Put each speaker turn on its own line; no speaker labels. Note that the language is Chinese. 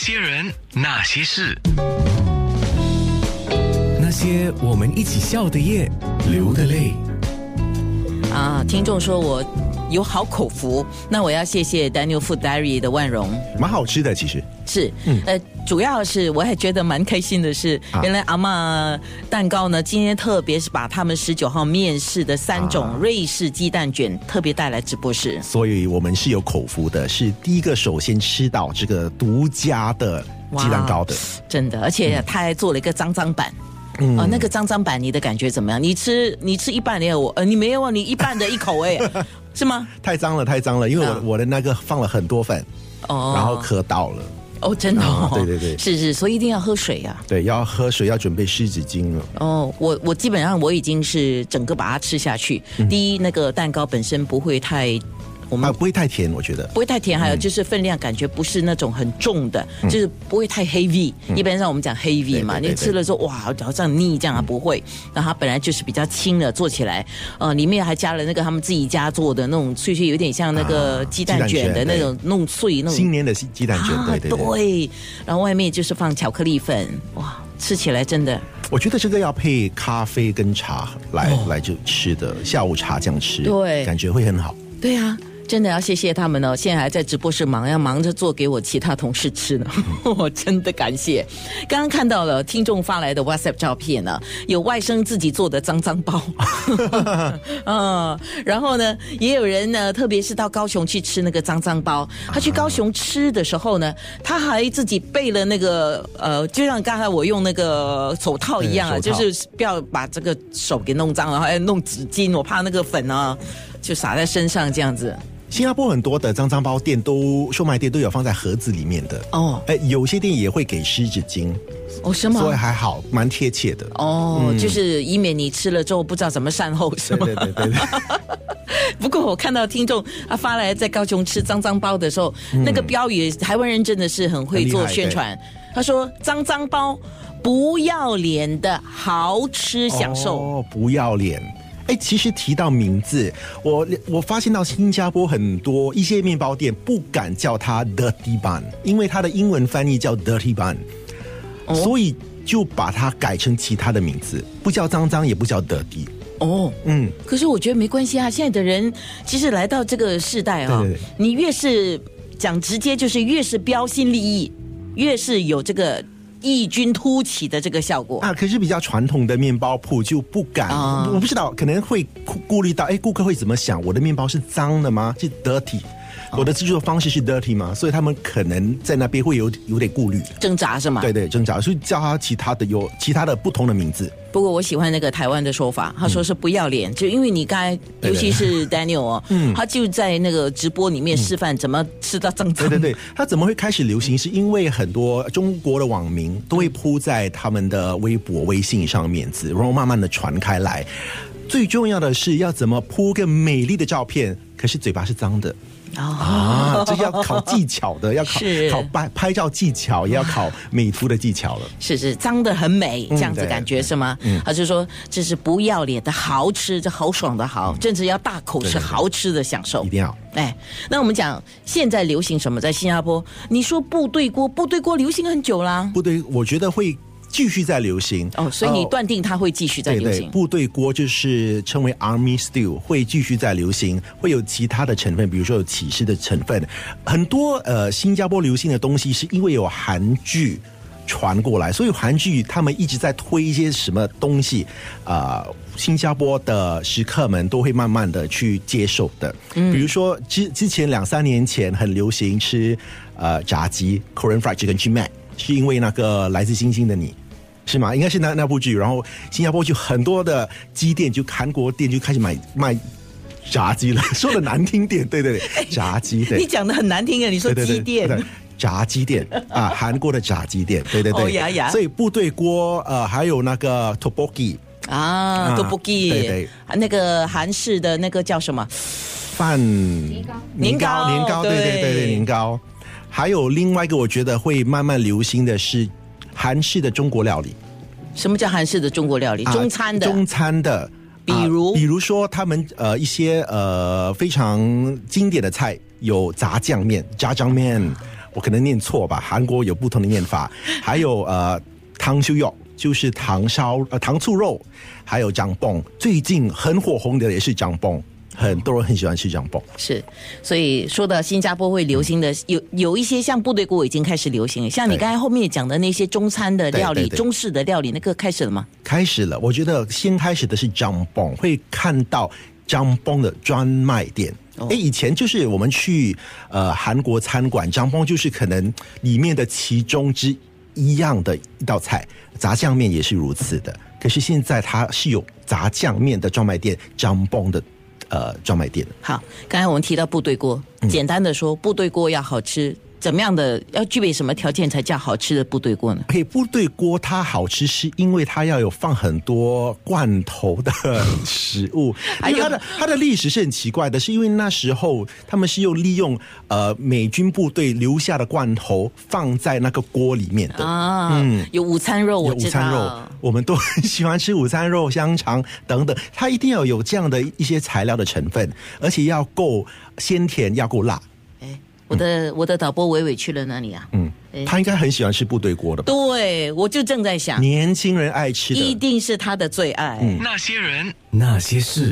些人，那些事，
那些我们一起笑的夜，流的泪。
啊，听众说我有好口福，那我要谢谢 Daniel Food Diary 的万荣。
蛮好吃的，其实
是，呃，主要是我还觉得蛮开心的是，
嗯啊
原来阿嬷蛋糕呢，今天特别是把他们十九号面试的三
啊
种瑞士鸡蛋卷特别带来直播室。
所以我们是有口福的，是第一个首先吃到这个独家的鸡蛋糕的。
真的，而且他还做了一个脏脏板。嗯、那个脏脏板，你的感觉怎么样？你吃你吃一半也有我，呃，你没有啊，你一半的一口哎、是吗？
太脏了，太脏了，因为我、
啊
我的那个放了很多粉，
哦
然后磕到了。
哦，真的、哦
啊对对对
是是，所以一定要喝水啊。
对，要喝水，要准备湿纸巾了。
哦，我我基本上我已经是整个把它吃下去。第一，那个蛋糕本身不会太，我
嗯啊，嗯
们
不会太甜，我觉得。
不会太甜，还有就是分量感觉不是那种很重的，就是不会太 heavy。一般上我们讲 heavy 嘛，
嗯对对对嗯
你吃了之后哇，好像腻这样啊，不会。那它本来就是比较轻的，做起来，呃，里面还加了那个他们自己家做的那种脆脆，有点像那个
啊
鸡蛋卷的
鸡蛋卷
那种弄碎那种
新年的鸡蛋卷，对对对，
嗯啊对然后外面就是放巧克力粉，哇，吃起来真的。
我觉得这个要配咖啡跟茶来、来就吃的，下午茶这样吃，
哦对
感觉会很好。
对啊，真的要谢谢他们哦！现在还在直播室忙，要忙着做给我其他同事吃呢， 我真的感谢。刚刚看到了听众发来的 WhatsApp 照片呢、有外甥自己做的脏脏包， 嗯，然后呢，也有人呢，特别是到高雄去吃那个脏脏包，他去高雄吃的时候呢，他还自己备了那个呃，就像刚才我用那个手套一样啊，
对手
就
套
是。就是不要把这个手给弄脏了，还要弄纸巾，我怕那个粉啊就洒在身上这样子。
新加坡很多的脏脏包店都售卖店都有放在盒子里面的
哦
哎，有些店也会给湿纸巾，
哦，什
所以
么？
还好，蛮贴切的。
哦，就是以免你吃了之后不知道怎么善后，是
对
吗？
对对对对，
不过我看到听众他发来在高雄吃脏脏包的时候，那个标语，台湾人真的是很会做宣传。他说：“脏脏包，不要脸的豪吃 享受。
哦，不要脸。哎，其实提到名字，我我发现到新加坡很多一些面包店不敢叫它 Dirty Bun，因为它的英文翻译叫 Dirty Bun，、所
哦
以就把它改成其他的名字，不叫脏脏，也不叫 Dirty。
哦，
嗯，
可是我觉得没关系啊，现在的人其实来到这个世代啊、
对对对
你越是讲直接，就是越是标新立异，越是有这个异军突起的这个效果。
啊，可是比较传统的面包铺就不敢，
啊
我不知道，可能会顾顾虑到，哎，顾客会怎么想？我的面包是脏的吗？是 dirty，、我的制作方式是 dirty 吗？所以他们可能在那边会有有点顾虑，
挣扎是吗？
对对，挣扎，所以叫他其他的有其他的不同的名字，
不过我喜欢那个台湾的说法，他说是不要脸，就因为你刚才，
对
尤
嗯对嗯
其是 Daniel 哦，他就在那个直播里面示范怎么吃到脏脏
嗯对对对，它怎么会开始流
嗯
行？是因为很多中国的网民都会铺在他们的微博、微信上面子，然后慢慢的传开来。最重要的是要怎么铺个美丽的照片，可是嘴巴是脏的。啊，这要考技巧的，要考
哦是
考拍拍照技巧，也要考美图的技巧了。
是是，脏的很美，这样子
嗯对
感觉、是吗？他就说这是不要脸的豪吃，这豪爽的豪，甚至要大口吃
对对对
豪吃的享受，
嗯一定要。
哎，那我们讲现在流行什么？在新加坡，你说部队锅，部队锅流行很久啦。
不对，我觉得会继续在流行。
哦，所以你
呃
断定它会继续在
对
流
对，
行。
部队锅就是称为 Army Stew，会继续在流行，会有其他的成分，比如说有起司的成分，很多呃新加坡流行的东西是因为有韩剧。传过来，所以韩剧他们一直在推一些什么东西，啊、新加坡的食客们都会慢慢的去接受的。
嗯
比如说之之前两三年前很流行吃呃炸鸡 Korean Fried Chicken G Mac，是因为那个来自星星的你。是吗？应该是那那部剧，然后新加坡就很多的鸡店，就韩国店就开始买卖炸鸡了。 说的难听点，对对对，炸鸡
哎你
对，
讲的很难听啊，你说
对对
鸡
对
店。
对炸鸡店 啊，韩国的炸鸡店，对对对，
哦呀呀
所以部队锅呃，还有那个 tteokbokki
啊，
啊
都不给
对对
那个韩式的那个叫什么？
饭年
糕
年
年糕
糕
年糕，对
对
对对对年糕，还有另外一个我觉得会慢慢流行的是韩式的中国料理。
什么叫韩式的中国料理？
啊
中餐的
中餐的，
比
啊
如
比如说他们呃一些呃非常经典的菜有炸酱面、炸酱面，我可能念错吧，韩国有不同的 念法，还有呃糖修肉。就是糖烧呃糖醋肉，还有姜蹦，最近很火红的也是姜蹦，很多人很喜欢吃姜蹦。
是，所以说到新加坡会流行的，有有一些像部队锅已经开始流行了，像你
对
刚才后面讲的那些中餐的料理、
对对对
中式的料理，那个开始了吗？
开始了，我觉得先开始的是 j a m b o n 会看到 j a m b o n 的专卖店。哎、以前就是我们去呃韩国餐馆 j a m b o n 就是可能里面的其中之一样的一道菜，炸酱面也是如此的。可是现在它是有炸酱面的专卖店 j a m b o n 的呃专卖店的。
好，刚才我们提到部队锅，
嗯
简单的说，部队锅要好吃，怎么样的要具备什么条件才叫好吃的部队锅呢？
嘿，哎部队锅它好吃，是因为它要有放很多罐头的食 物。
哎
因为它的它的历史是很奇怪的，是因为那时候他们是用利用呃美军部队留下的罐头放在那个锅里面的。
啊，有午餐肉，
嗯有
我
午
知
餐肉
道。，
我们都很喜欢吃午餐肉、香肠等等，它一定要有这样的一些材料的成分，而且要够鲜甜，要够辣。
哎，我的、我的导播伟伟去了哪里啊？
嗯
哎，
他应该很喜欢吃部队锅的吧？
对，我就正在想，
年轻人爱吃的，嗯
一定是他的最爱。
那些人，
那些事。